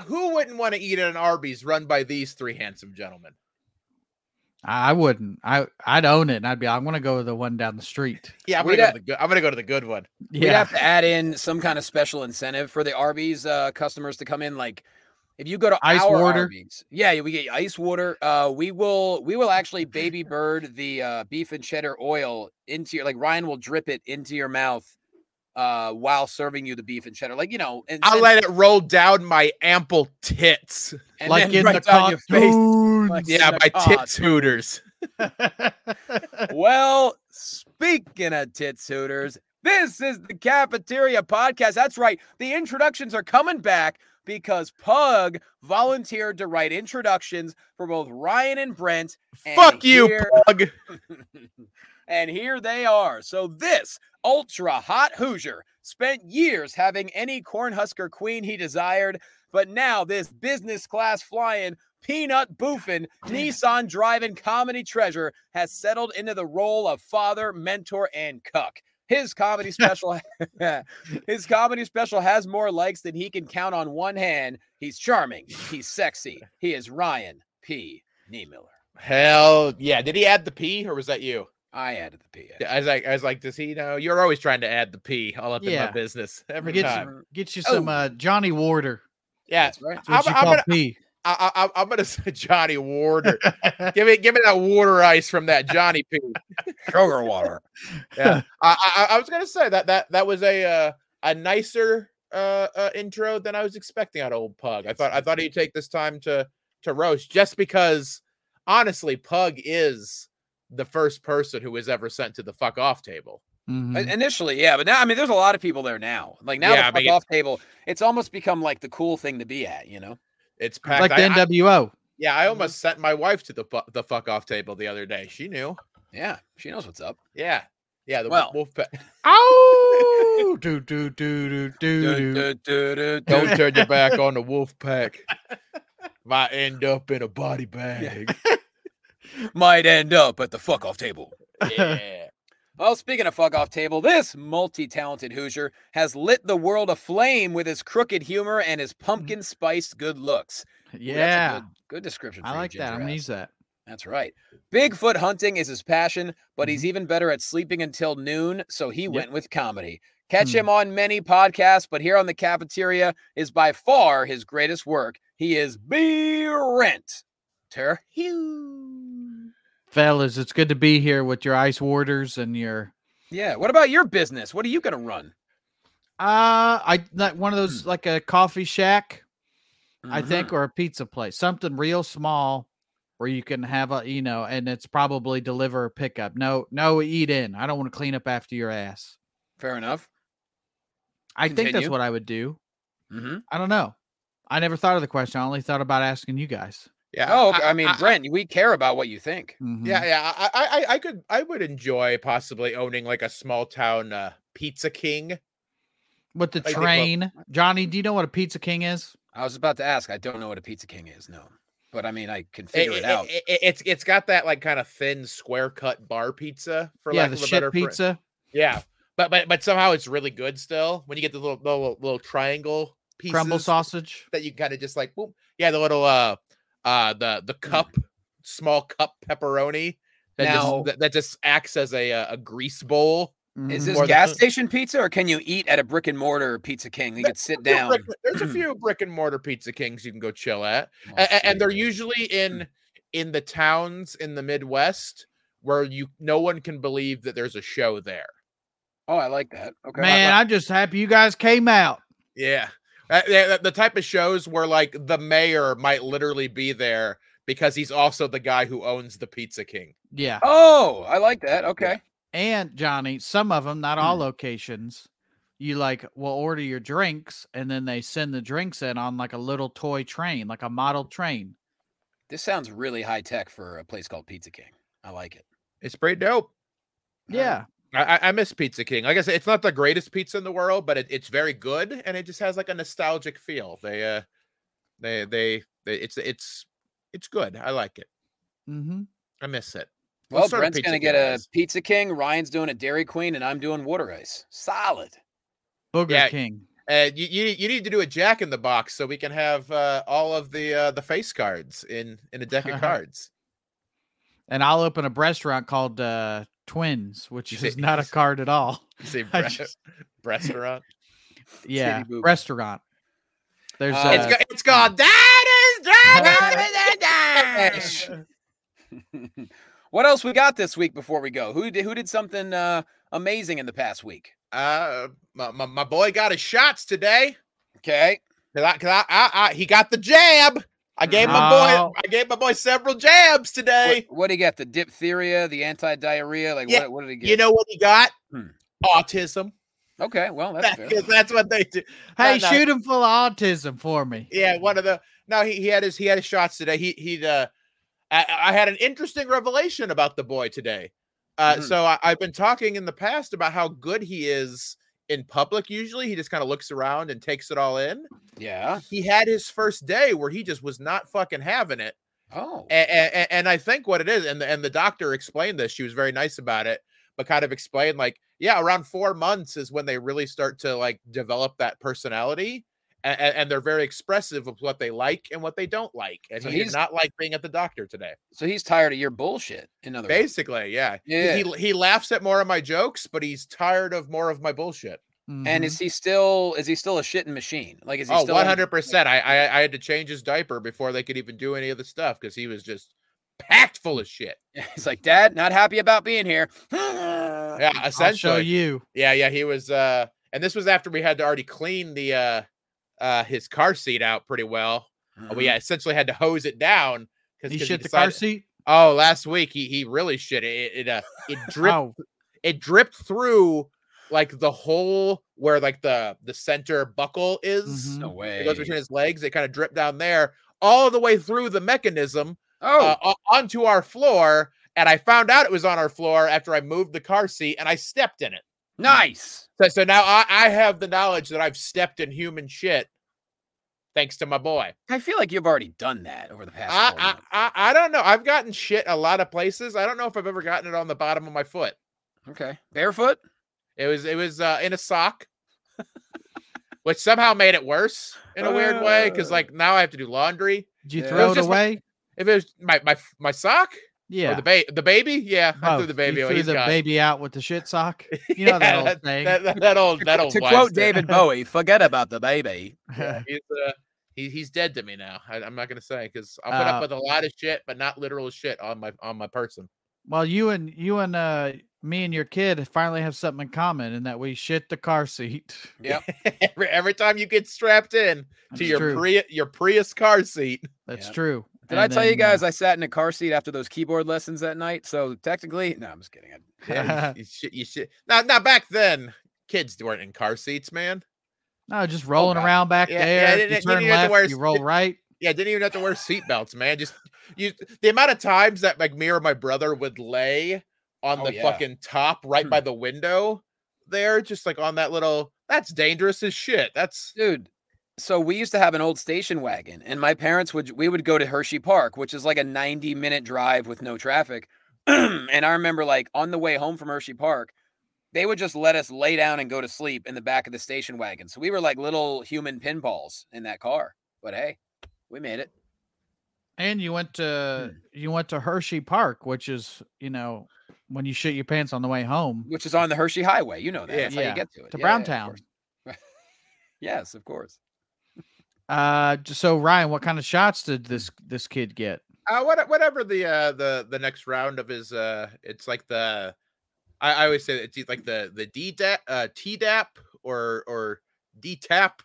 Who wouldn't want to eat at an Arby's run by these three handsome gentlemen? I I wouldn't. I I'd own it, and I'd be. I want to go to the one down the street. Yeah, I'm We'd gonna, go ha- to the good, I'm gonna go to the good one. We'd Yeah, have to add in some kind of special incentive for the Arby's uh, customers to come in. Like if you go to Ice our water? Arby's, yeah, we get you ice water. Uh, we will we will actually baby bird the uh, beef and cheddar oil into your like Ryan will drip it into your mouth uh, while serving you the beef and cheddar. Like you know, and I'll send- let it roll down my ample tits. and like then in right the down your face. cartoons. Like- Yeah, Send my a card. tits hooters. well, speaking of tits hooters, this is the cafeteria podcast. That's right. The introductions are coming back because Pug volunteered to write introductions for both Ryan and Brent. and Fuck you, here- pug. and here they are. So this ultra hot Hoosier spent years having any Cornhusker queen he desired, but now this business class flying, peanut boofing, Nissan driving comedy treasure has settled into the role of father, mentor, and cuck. His comedy special his comedy special has more likes than he can count on one hand. He's charming, he's sexy. He is Ryan P. Niemiller. Hell yeah. Did he add the P or was that you? I added the P. Yeah, I was like, I was like, does he know? You're always trying to add the P all up in Yeah. my business every Get time. some, get you some Oh. uh, Johnny Warder. Yeah, That's right. That's what I'm- you I'm call gonna- me. I, I, I'm- I'm gonna say Johnny Warder. give me, give me that water ice from that Johnny P. Sugar water. Yeah, I, I, I was gonna say that that that was a uh, a nicer uh, uh intro than I was expecting out of old Pug. I thought I thought he'd take this time to to roast just because honestly, Pug is the first person who was ever sent to the fuck off table. Mhm. Initially, yeah, but now I mean, there's a lot of people there now. Like now, Yeah, I the fuck mean- off table, it's almost become like the cool thing to be at. You know, It's packed. Like the I- I- NWO. yeah, Mm-hmm. I almost sent my wife to the fu- the fuck off table the other day. She knew. yeah, she knows what's up. Yeah. Yeah, the Well. wolf pack. Oh, do do do do do do. Don't turn your back on the wolf pack. Might end up in a body bag. Might end up at the fuck off table. Yeah. Well, speaking of fuck off table, this multi talented Hoosier has lit the world aflame with his crooked humor and his pumpkin spiced good looks. Ooh, that's a Yeah, good, good description. For I you, like that. I'm ginger gonna ass. use that. That's right. Bigfoot hunting is his passion, but he's even better at sleeping until noon, so he Yep. went with comedy. Catch him on many podcasts, but here on the cafeteria is by far his greatest work. He is B Rent. Ter Hugh. Fellas, it's good to be here with your ice warders and your Yeah. What about your business? What are you gonna run? uh I like one of those like a coffee shack, I Mm-hmm. Mm-hmm. think, or a pizza place. Something real small where you can have a you know, and it's probably deliver or pickup. No, no eat in. I don't want to clean up after your ass. Fair enough. I think that's Continue. what I would do. Mm-hmm. I don't know. I never thought of the question. I only thought about asking you guys. Yeah. Oh, okay. I mean, I- Brent, we care about what you think. Mhm. yeah, yeah. I, I, I- I could, I would enjoy possibly owning like a small town uh, Pizza King. With the I think we'll- train. Johnny, do you know what a Pizza King is? I was about to ask. I don't know what a Pizza King is, no. But I mean I can It, figure it, out. it- it- it's, it's got that like kind of thin, square cut bar pizza for yeah, lack the of a shit better fr- pizza. Yeah, but but but somehow it's really good still. When you get the little little, little triangle pieces crumble sausage. that you kind of just like, boop. yeah, the little uh uh the the cup, small cup pepperoni that Now- just that, that just acts as a uh, a grease bowl. Is Mhm. this More than- gas station pizza, or can you eat at a brick and mortar Pizza King? You could sit There's a down. brick- there's a few brick and mortar Pizza Kings you can go chill at. A- a- and, they're usually in in the towns in the Midwest where you no one can believe that there's a show there. Oh, I like that. Okay. Man, I'm just happy you guys came out. Yeah, Uh, yeah, the- the type of shows where like the mayor might literally be there because he's also the guy who owns the Pizza King. Yeah. Oh, I like that. Okay. And Johnny, some of them, not all Mm. locations, you like will order your drinks and then they send the drinks in on like a little toy train, like a model train. This sounds really high tech for a place called Pizza King. I like it. It's pretty dope. Yeah. I, I- I miss Pizza King. Like I said, it's not the greatest pizza in the world, but it, it's very good, and it just has like a nostalgic feel. They, uh, they, they, they it's, it's, it's good. I like it. Mm-hmm. I miss it. What Well, sort of Brent's Pizza gonna King get a is? Pizza King. Ryan's doing a Dairy Queen, and I'm doing water ice. Solid. Booger Yeah. King. Uh, you, you, you need to do a Jack in the Box so we can have uh, all of the uh, the face cards in in a deck of cards. And I'll open a restaurant called uh, Twins, which You say- is not a card at all. You say I bre- just- restaurant. yeah, Booger. restaurant. There's Uh, uh, it's, go- it's called That is Dragon. Ash. what else we got this week before we go? Who did who did something uh, amazing in the past week? Uh, my, my, my boy got his shots today. Okay, Cause I, cause I, I, I, he got the jab. I gave my Oh. boy, I gave my boy several jabs what, today. what do you got? The diphtheria, the anti diarrhea. Like Yeah, what? What did he get? You know what he got? Hmm. Autism. okay, well that's That's, fair. 'cause that's what they do. hey, no, no. shoot him full of autism for me. Yeah, one of the. No, he, he had his he had his shots today. He he. Uh, I, I had an interesting revelation about the boy today. Uh, Mhm. So I, I've been talking in the past about how good he is in public. Usually, he just kind of looks around and takes it all in. Yeah. He had his first day where he just was not fucking having it. Oh. and, and, and I think what it is, and the, and the doctor explained this. She was very nice about it, but kind of explained like, yeah, around four months is when they really start to like develop that personality, and, and, they're very expressive of what they like and what they don't like. And So he did he's- not like being at the doctor today. So he's tired of your bullshit. In other words. Basically, yeah, He- Yeah. He, he laughs at more of my jokes, but he's tired of more of my bullshit. And Mhm. is he still is he still a shitting machine? Like is he Oh, still 100 percent. I, I I had to change his diaper before they could even do any of the stuff because he was just packed full of shit. He's like, Dad, not happy about being here. yeah. Yeah, essentially. I'll show you. Yeah, yeah, he was uh and this was after we had to already clean the uh uh his car seat out pretty well. Uh, Mm-hmm. We essentially had to hose it down because Mm-hmm. He shit the car seat. Oh, last week he he really shit it. It, it, uh, it dripped Oh, it dripped through like the hole where like the the center buckle is. mhm. No It way. goes between his legs. It kind of dripped down there all the way through the mechanism Oh, uh, o- onto our floor. And I found out it was on our floor after I moved the car seat and I stepped in it. nice. So, so now I, I have the knowledge that I've stepped in human shit thanks to my boy. I feel like you've already done that over the past. I, four I, months. I, I don't know. I've gotten shit a lot of places. I don't know if I've ever gotten it on the bottom of my foot. okay, barefoot. It was it was uh, in a sock, which somehow made it worse in a weird way because Uh. like now I have to do laundry. did you Yeah. It throw was it just my- away? If it was my my f- my sock yeah. or the ba- the baby, yeah, I threw both. the baby. You away. threw He's the gone. baby out with the shit sock. You know that Yeah, old thing. That, that, that old that old to wife's quote dead. David Bowie, forget about the baby. yeah, he's uh, he, he's dead to me now. I, I'm not gonna say because I put Uh, up with a lot of shit, but not literal shit on my on my person. well, you and you and uh, me and your kid finally have something in common in that we shit the car seat. Yep. every, every time you get strapped in That's to your true. Prius, your Prius car seat, That's Yep. true. Did And I tell you then, uh, guys I sat in a car seat after those keyboard lessons that night? So technically, no, I'm just kidding. I- yeah, you, you shit, you shit. Now, now back then, kids weren't in car seats, man. no, just rolling God. around back Oh, Yeah, yeah, I there. didn't- you you turn didn't have to left, wear a you roll seat- right. Yeah, didn't even have to wear seatbelts, man. Just you. The amount of times that like me or my brother would lay on Oh, the yeah. fucking top right Hmm. by the window, there, just like on that little. That's dangerous as shit. That's dude so we used to have an old station wagon and my parents would we would go to hershey park which is like a 90 minute drive with no traffic and i remember like on the way home from hershey park they would just let us lay down and go to sleep in the back of the station wagon so we were like little human pinballs in that car but hey we made it And you went to Hmm. you went to Hershey Park, which is you know when you shit your pants on the way home which is on the hershey highway you know that Yeah. that's how Yeah. you get to it to Yeah, yeah, of Browntown. course. yes of course Uh, j- so Ryan, what kind of shots did this this kid get? uh, what, whatever the uh the the next round of his uh it's like the I, I always say that it's like the the D dap uh T dap or or D tap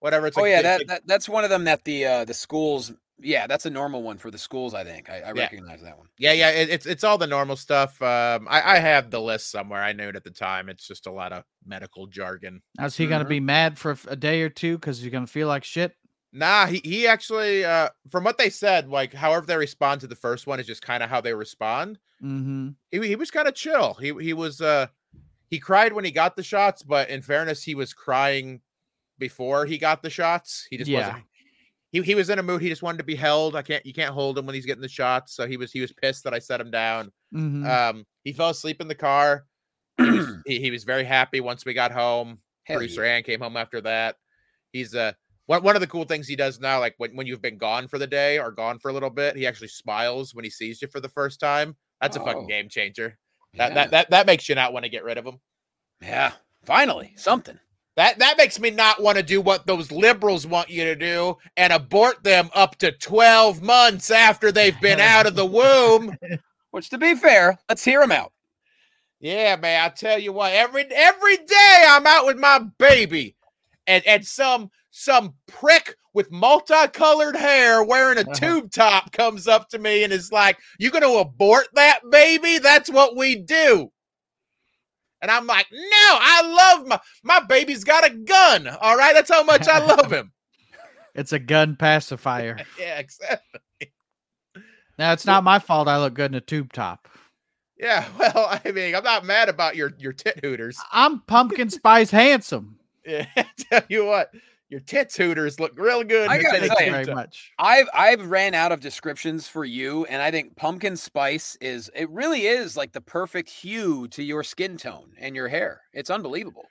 whatever it's oh like yeah it's that, like- that that's one of them that the uh the schools yeah that's a normal one for the schools i think i, I recognize that one yeah yeah it, it's it's all the normal stuff um I I have the list somewhere I knew it at the time it's just a lot of medical jargon Is he gonna Mhm. be mad for a f- a day or two because he's gonna feel like shit? Nah, he, he actually, uh, from what they said, like however they respond to the first one is just kind of how they respond. Mm-hmm. He, he was kind of chill. He he was uh he cried when he got the shots, but in fairness, he was crying before he got the shots. He just Yeah. wasn't. He, he was in a mood. He just wanted to be held. I can't. You can't hold him when he's getting the shots. So he was. He was pissed that I set him down. Mm-hmm. Uh, Mm. Um, he fell asleep in the car. He was, he, he was very happy once we got home. Hell Producer yeah. Ann came home after that. He's uh one, one of the cool things he does now, like when, when you've been gone for the day or gone for a little bit, he actually smiles when he sees you for the first time. That's a Oh. fucking game changer. That, Yeah. that that that makes you not want to get rid of him. yeah. Finally, something. That that makes me not want to do what those liberals want you to do and abort them up to 12 months after they've been out of the womb. Which, to be fair, let's hear him out. Yeah, man. I tell you what, every every day I'm out with my baby, and and some some prick with multicolored hair wearing a Uh-huh. tube top comes up to me and is like, "You gonna abort that baby? That's what we do." And I'm like, "No, I love my my baby's got a gun. All right, that's how much I love him." It's a gun pacifier. yeah, exactly. Now it's not my fault I look good in a tube top. Yeah, well, I mean, I'm not mad about your your tit hooters. I'm pumpkin spice handsome. Yeah, I tell you what, your tits hooters look real good. I in a gotta titty say- tube Very top. much. I've I've ran out of descriptions for you, and I think pumpkin spice is it really is like the perfect hue to your skin tone and your hair. It's unbelievable.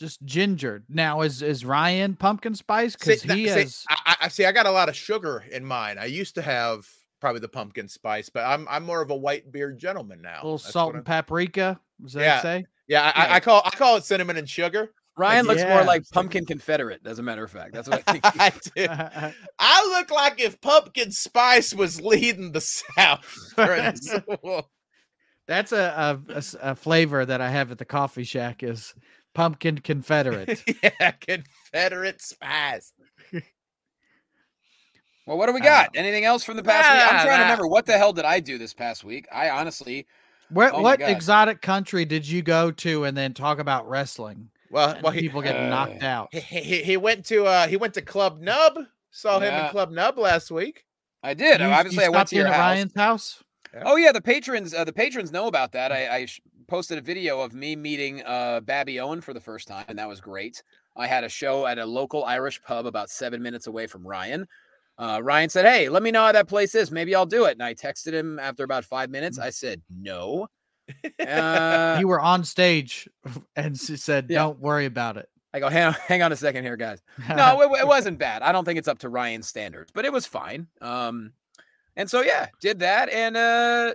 Just gingered. Now is is Ryan pumpkin spice? Because See, that- he see, is I, I- I see. I got a lot of sugar in mine. I used to have probably the pumpkin spice, but I'm I'm more of a white beard gentleman now. a little That's what salt and I'm- paprika. Does that Yeah. say? yeah, I, yeah. I, I call I call it cinnamon and sugar. Ryan looks yeah, more like it's like- pumpkin Confederate, as a matter of fact. That's what I think. I, do. I look like if pumpkin spice was leading the South. during this war. That's a a- a s- a flavor that I have at the coffee shack is pumpkin Confederate. yeah, Confederate spice. Well, what do we Uh, got? Anything else from the past week? I'm nah, trying to nah. remember what the hell did I do this past week. I honestly, Where, Oh my what God. exotic country did you go to and then talk about wrestling? Well, And well, he, people get uh, knocked out. he, he he went to uh he went to Club Nub. Saw him Yeah. in Club Nub last week. I did. You- you Obviously, I went stopped to your in house. at Ryan's house. Oh yeah, the patrons. Uh, the patrons know about that. I, I sh- posted a video of me meeting uh, Babby Owen for the first time, and that was great. I had a show at a local Irish pub about seven minutes away from Ryan. Uh, Ryan said, "Hey, let me know how that place is. Maybe I'll do it." And I texted him after about five minutes. I said, "No." Uh, you were on stage, and she said, Yeah. "Don't worry about it." I go, hang on, hang on a second here, guys. no, it, it wasn't bad. I don't think it's up to Ryan's standards, but it was fine. Um, and so yeah, did that, and uh,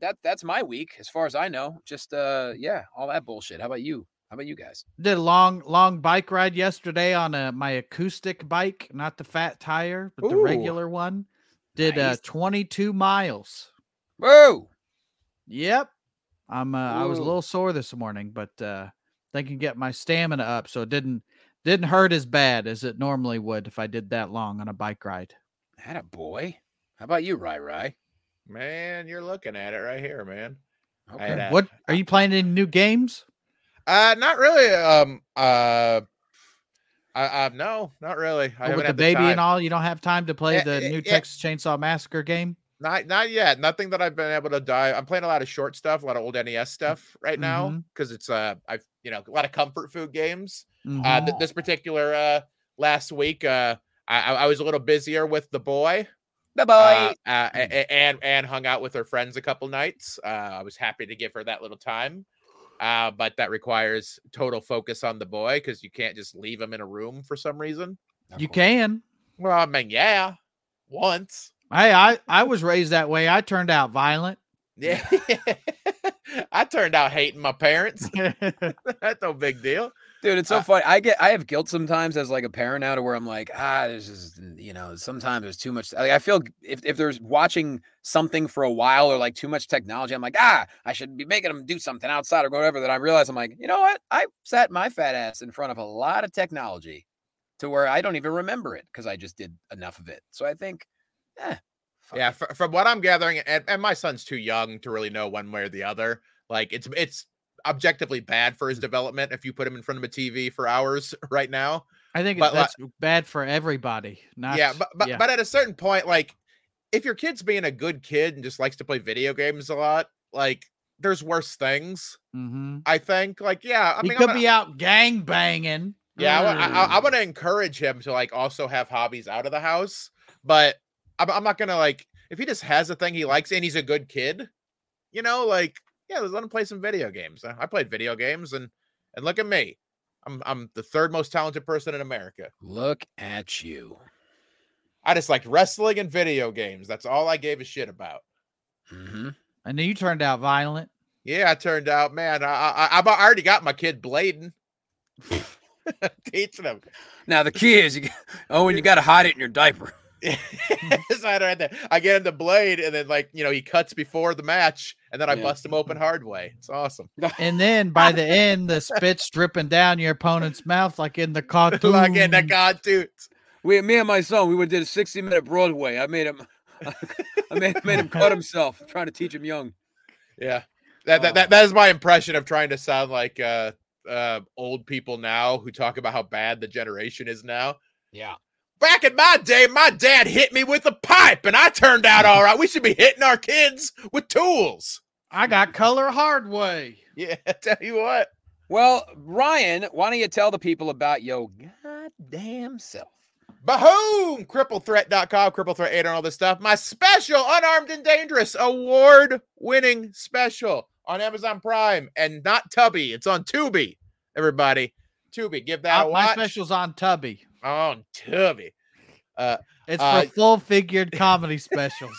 that that's my week as far as I know. Just uh, yeah, all that bullshit. How about you? How about you guys? did a long long bike ride yesterday on a my acoustic bike, not the fat tire, but the Ooh, regular one. Did uh, nice. 22 miles. Whoa, Yep. I'm uh, I was a Ooh. little sore this morning, but uh they can get my stamina up so it didn't didn't hurt as bad as it normally would if I did that long on a bike ride. had a boy. How about you, Rai Rai? Man, you're looking at it right here, man. I Okay. had a- What are you playing any new games? Uh, not really. Um, uh, I, I no, not really. I Oh, haven't with the had baby time. and all, you don't have time to play Eh, the eh, new eh. Texas Chainsaw Massacre game? Not, not yet. Nothing that I've been able to dive. I'm playing a lot of short stuff, a lot of old Mm, NES stuff right now Mhm. because it's uh, I've you know a lot of comfort food games. Uh, Mhm. th- this particular uh last week, uh, I, I I was a little busier with the boy. Bye bye. uh, uh, a- a- and and hung out with her friends a couple nights. Uh, I was happy to give her that little time, uh, but that requires total focus on the boy because you can't just leave him in a room for some reason. you can. Well, I mean, yeah, once, Hey, I I was raised that way. I turned out violent. yeah. I turned out hating my parents. That's no big deal. Dude, it's so Uh, funny. I get I have guilt sometimes as like a parent now to where I'm like, ah, there's just you know, sometimes there's too much. Like I feel g- if, if there's watching something for a while or like too much technology, I'm like, ah, I should be making them do something outside or whatever. That I realize I'm like, you know what? I sat my fat ass in front of a lot of technology to where I don't even remember it because I just did enough of it. So I think, eh, fuck Yeah, it. fr- from what I'm gathering, and, and my son's too young to really know one way or the other. Like it's Mm. it's objectively bad for his development if you put him in front of a TV for hours right now. I think But, like- that's bad for everybody. Not, yeah, but but, yeah. but at a certain point, like if your kid's being a good kid and just likes to play video games a lot, like there's worse things. Mhm. I think. Like, yeah, I he mean, I'm could gonna- be out gang banging. yeah, I wa- I, I, am gonna encourage him to like also have hobbies out of the house, but I'm, I'm not gonna like if he just has a thing he likes and he's a good kid, you know, like yeah, let him play some video games. I I played video games and and look at me, I'm I'm the third most talented person in America. Look at you. I just liked wrestling and video games. That's all I gave a shit about. hmm and then you turned out violent. Yeah, I turned out, man. I I, I I've already got my kid blading. Teaching him. Now the key is, you, Owen, you got to hide it in your diaper. It's not right there. I get him the blade, and then like you know, he cuts before the match, and then I Yeah. bust him open hard way. It's awesome. And then by the end, the spit's dripping down your opponent's mouth like in the cartoon. like in the cartoons. We, me and my son, we would did a 60 minute Broadway. I made him, I made, made him cut himself, trying to teach him young. Yeah, that, that that that is my impression of trying to sound like uh uh old people now who talk about how bad the generation is now. Yeah. Back in my day, my dad hit me with a pipe, and I turned out all right. We should be hitting our kids with tools. I got color hard way. Yeah, tell you what. Well, Ryan, why don't you tell the people about your goddamn self? Bahoom! CrippleThreat.com, Cripple Threat 8 on all this stuff. My special, Unarmed and Dangerous, award winning special on Amazon Prime and not Tubby. It's on Tubi, everybody. Tubi, give that a Uh, my watch. special's on Tubby. On Tubi. It's Uh, for full figured comedy specials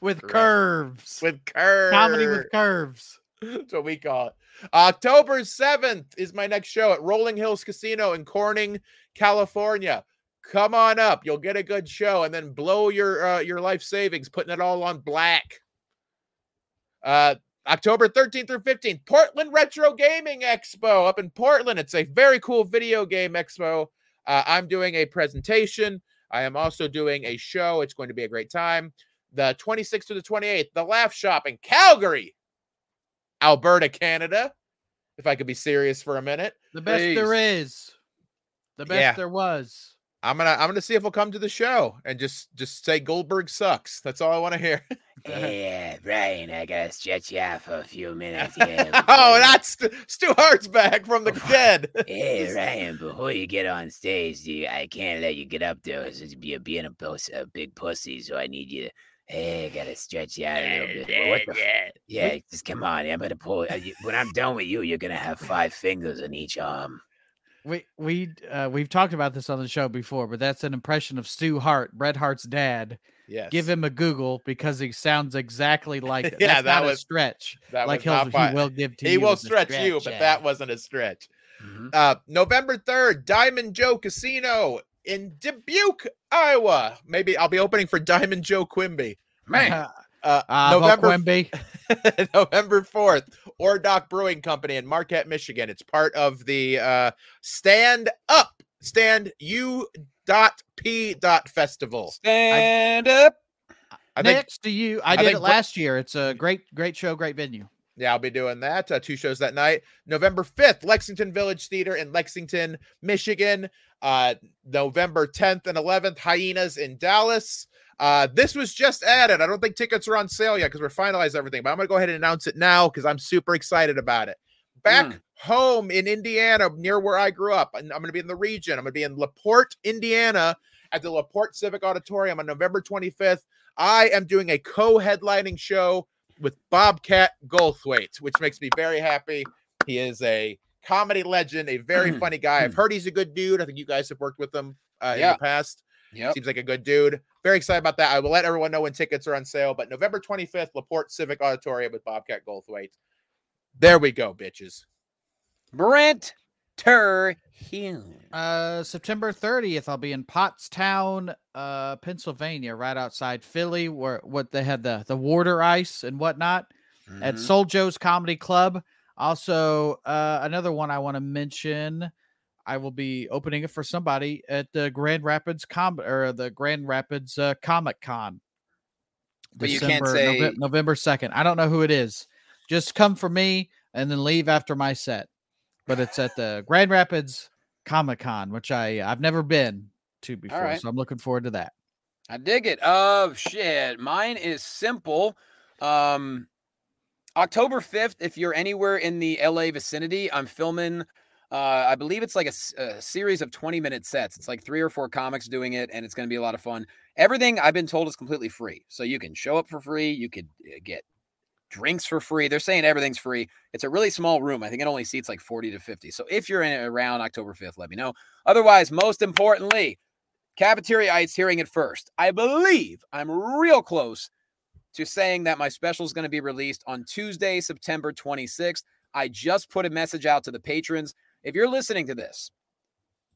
with Correct. curves. With curves. comedy with curves. That's what we call it. October 7th is my next show at Rolling Hills Casino in Corning, California. Come on up. You'll get a good show and then blow your uh, your life savings putting it all on black. Uh October 13th through 15th, Portland Retro Gaming Expo up in Portland. It's a very cool video game expo. Uh, I'm doing a presentation. I am also doing a show. It's going to be a great time. The 26th to the 28th, The Laugh Shop in Calgary, Alberta, Canada. If I could be serious for a minute, The best there is. The best Yeah. there was. I'm gonna I'm gonna see if he'll come to the show and just just say Goldberg sucks. That's all I want to hear. Yeah, Brian, I gotta stretch you out for a few minutes here. oh, that's St- Stu Hart's back from the dead. Hey, Ryan, before you get on stage, you, I can't let you get up there 'cause it's- you're being a, pus- a big pussy, so I need you to. Hey, I gotta stretch you out a little bit. Well, what the f- yeah, just come on. I'm gonna pull. uh, you- When I'm done with you, you're gonna have five fingers on each arm. We we uh, we've talked about this on the show before, but that's an impression of Stu Hart, Bret Hart's dad. Yes. Give him a Google because he sounds exactly like that. Yeah, that's that not a was- stretch. that Like was he'll, not he fun. will give to He you. will as a stretch you, but yeah. that wasn't a stretch. Mhm. Uh, November 3rd, Diamond Joe Casino in Dubuque, Iowa. Maybe I'll be opening for Diamond Joe Quimby. Man, Uh, Uh, November November f- November 4th, Or Doc Brewing Company in Marquette, Michigan. It's part of the uh, Stand Up, Stand U dot P dot festival. Stand up. I think, next to you. I, I did think it Bret- last year. It's a great great show, great venue. yeah, I'll be doing that. Uh, two shows that night. November 5th, Lexington Village Theater in Lexington, Michigan. Uh, November 10th and 11th, Hyenas in Dallas. Uh, this was just added. I don't think tickets are on sale yet because we're finalized everything, but I'm going to go ahead and announce it now because I'm super excited about it. Back home in Indiana, near where I grew up, and I'm going to be in the region. I'm going to be in LaPorte, Indiana at the LaPorte Civic Auditorium on November 25th. I am doing a co headlining show with Bobcat Goldthwait, which makes me very happy. He is a comedy legend, a Mm-hmm. very funny guy. I've heard he's a good dude. I think you guys have worked with him uh, in Yeah. the past. Yep. Seems like a good dude. Very excited about that. I will let everyone know when tickets are on sale, but November 25th, LaPorte Civic Auditorium with Bobcat Goldthwait. There we go, bitches. Brent Terhune. Uh, September 30th, I'll be in Pottstown, uh, Pennsylvania, right outside Philly, where what they had the the water ice and whatnot at Mm-hmm. Soul Joe's Comedy Club. Also, uh, another one I want to mention. I will be opening it for somebody at the Grand Rapids Com or the Grand Rapids uh, Comic Con. But you can't Nove- say- November second. I don't know who it is. Just come for me and then leave after my set. But it's at the Grand Rapids Comic Con, which I I've never been to before, right. so I'm looking forward to that. I dig it. Oh shit. Mine is simple. Um October 5th, if you're anywhere in the LA vicinity, I'm filming uh I believe it's like a, s- a series of 20 minute sets. It's like three or four comics doing it and it's going to be a lot of fun. Everything I've been told is completely free. So you can show up for free, you could uh, get drinks for free. They're saying everything's free. It's a really small room. I think it only seats like 40 to 50. So if you're in around October 5th, let me know. Otherwise, most importantly, cafeteriaites hearing it first. I believe I'm real close to saying that my special is going to be released on Tuesday, September 26th. I just put a message out to the patrons. If you're listening to this,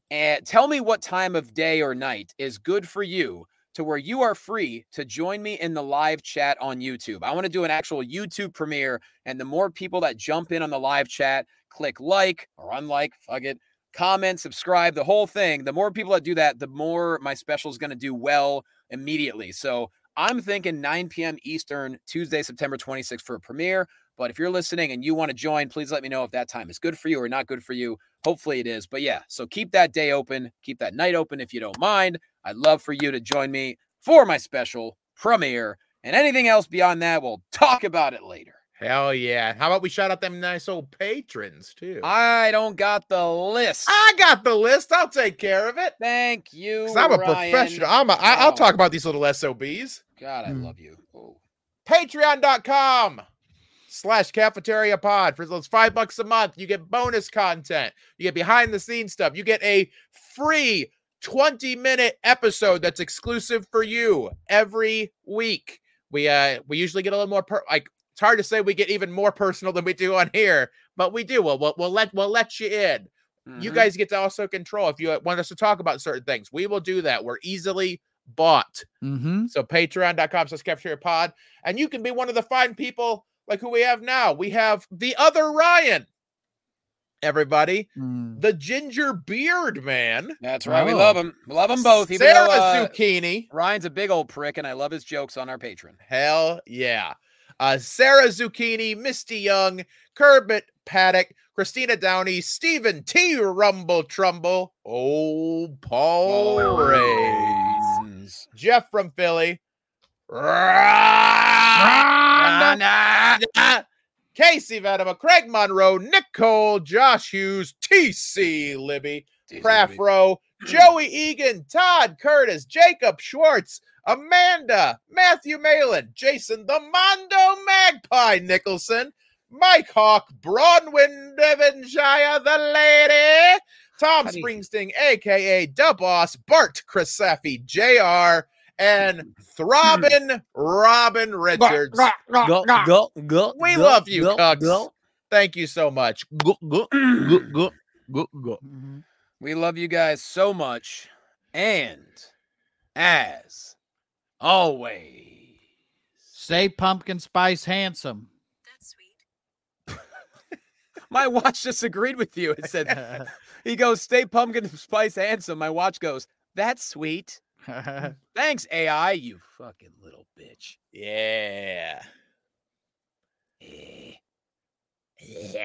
and tell me what time of day or night is good for you to where you are free to join me in the live chat on YouTube. I want to do an actual YouTube premiere and the more people that jump in on the live chat, click like or unlike, fuck it, comment, subscribe, the whole thing. The more people that do that, the more my special is going to do well immediately. So I'm thinking 9 p.m. Eastern, Tuesday, September 26th for a premiere. But if you're listening and you want to join, please let me know if that time is good for you or not good for you. Hopefully it is. But yeah, so keep that day open, keep that night open if you don't mind. I'd love for you to join me for my special premiere. And anything else beyond that, we'll talk about it later. Hell yeah. How about we shout out them nice old patrons too? I, I don't got the list. got the list. I'll take care of it. Thank you. 'Cause I'm a Ryan. professional. I'm a, I, I'll Oh. talk about these little SOBs. God, I Hmm. love you. Oh. Patreon.com slash cafeteria pod for those five bucks a month. You get bonus content. You get behind the scenes stuff. You get a free 20 minute episode that's exclusive for you every week. We uh we usually get a little more per- like it's hard to say we get even more personal than we do on here, but we do. We'll we'll, we'll let we'll let you in. You Mhm. guys get to also control if you uh, want us to talk about certain things. We will do that. We're easily bought. Mm-hmm. So patreon.com slash cafeteria pod. And you can be one of the fine people like who we have now. We have the other Ryan. Everybody, Mm-hmm. the ginger beard man. That's right. We love Oh. him. We love them both. Even Sarah though, uh, Zucchini. Ryan's a big old prick, and I love his jokes on our patron. Hell yeah. Uh, Sarah Zucchini, Misty Young, Kermit Paddock, Christina Downey, Stephen T. Rumble Trumble, oh, Paul Reyes, Raisins. Jeff from Philly, Ron- Ah, Casey Venema, Craig Monroe, Nicole, Josh Hughes, TC Libby, Jeez, everybody. Prafro, Joey Egan, Todd Curtis, Jacob Schwartz, Amanda, Matthew Malin, Jason the Mondo Magpie Nicholson, Mike Hawk, Bronwyn Devonshire, the lady, Tom Honey. Springsteen, aka Da Boss, Bart Crisaffi, Jr., and Throbbing Robin Richards. Go, go, go. We go, love you, go, Cucks. go. Thank you so much. Go, go, go, go, go, go. We love you guys so much. And as always, Stay pumpkin spice handsome. That's sweet. my watch disagreed with you. It said, he goes, stay pumpkin spice handsome. My watch goes, that's sweet. Thanks, AI, you fucking little bitch. Yeah. Eh. Yeah.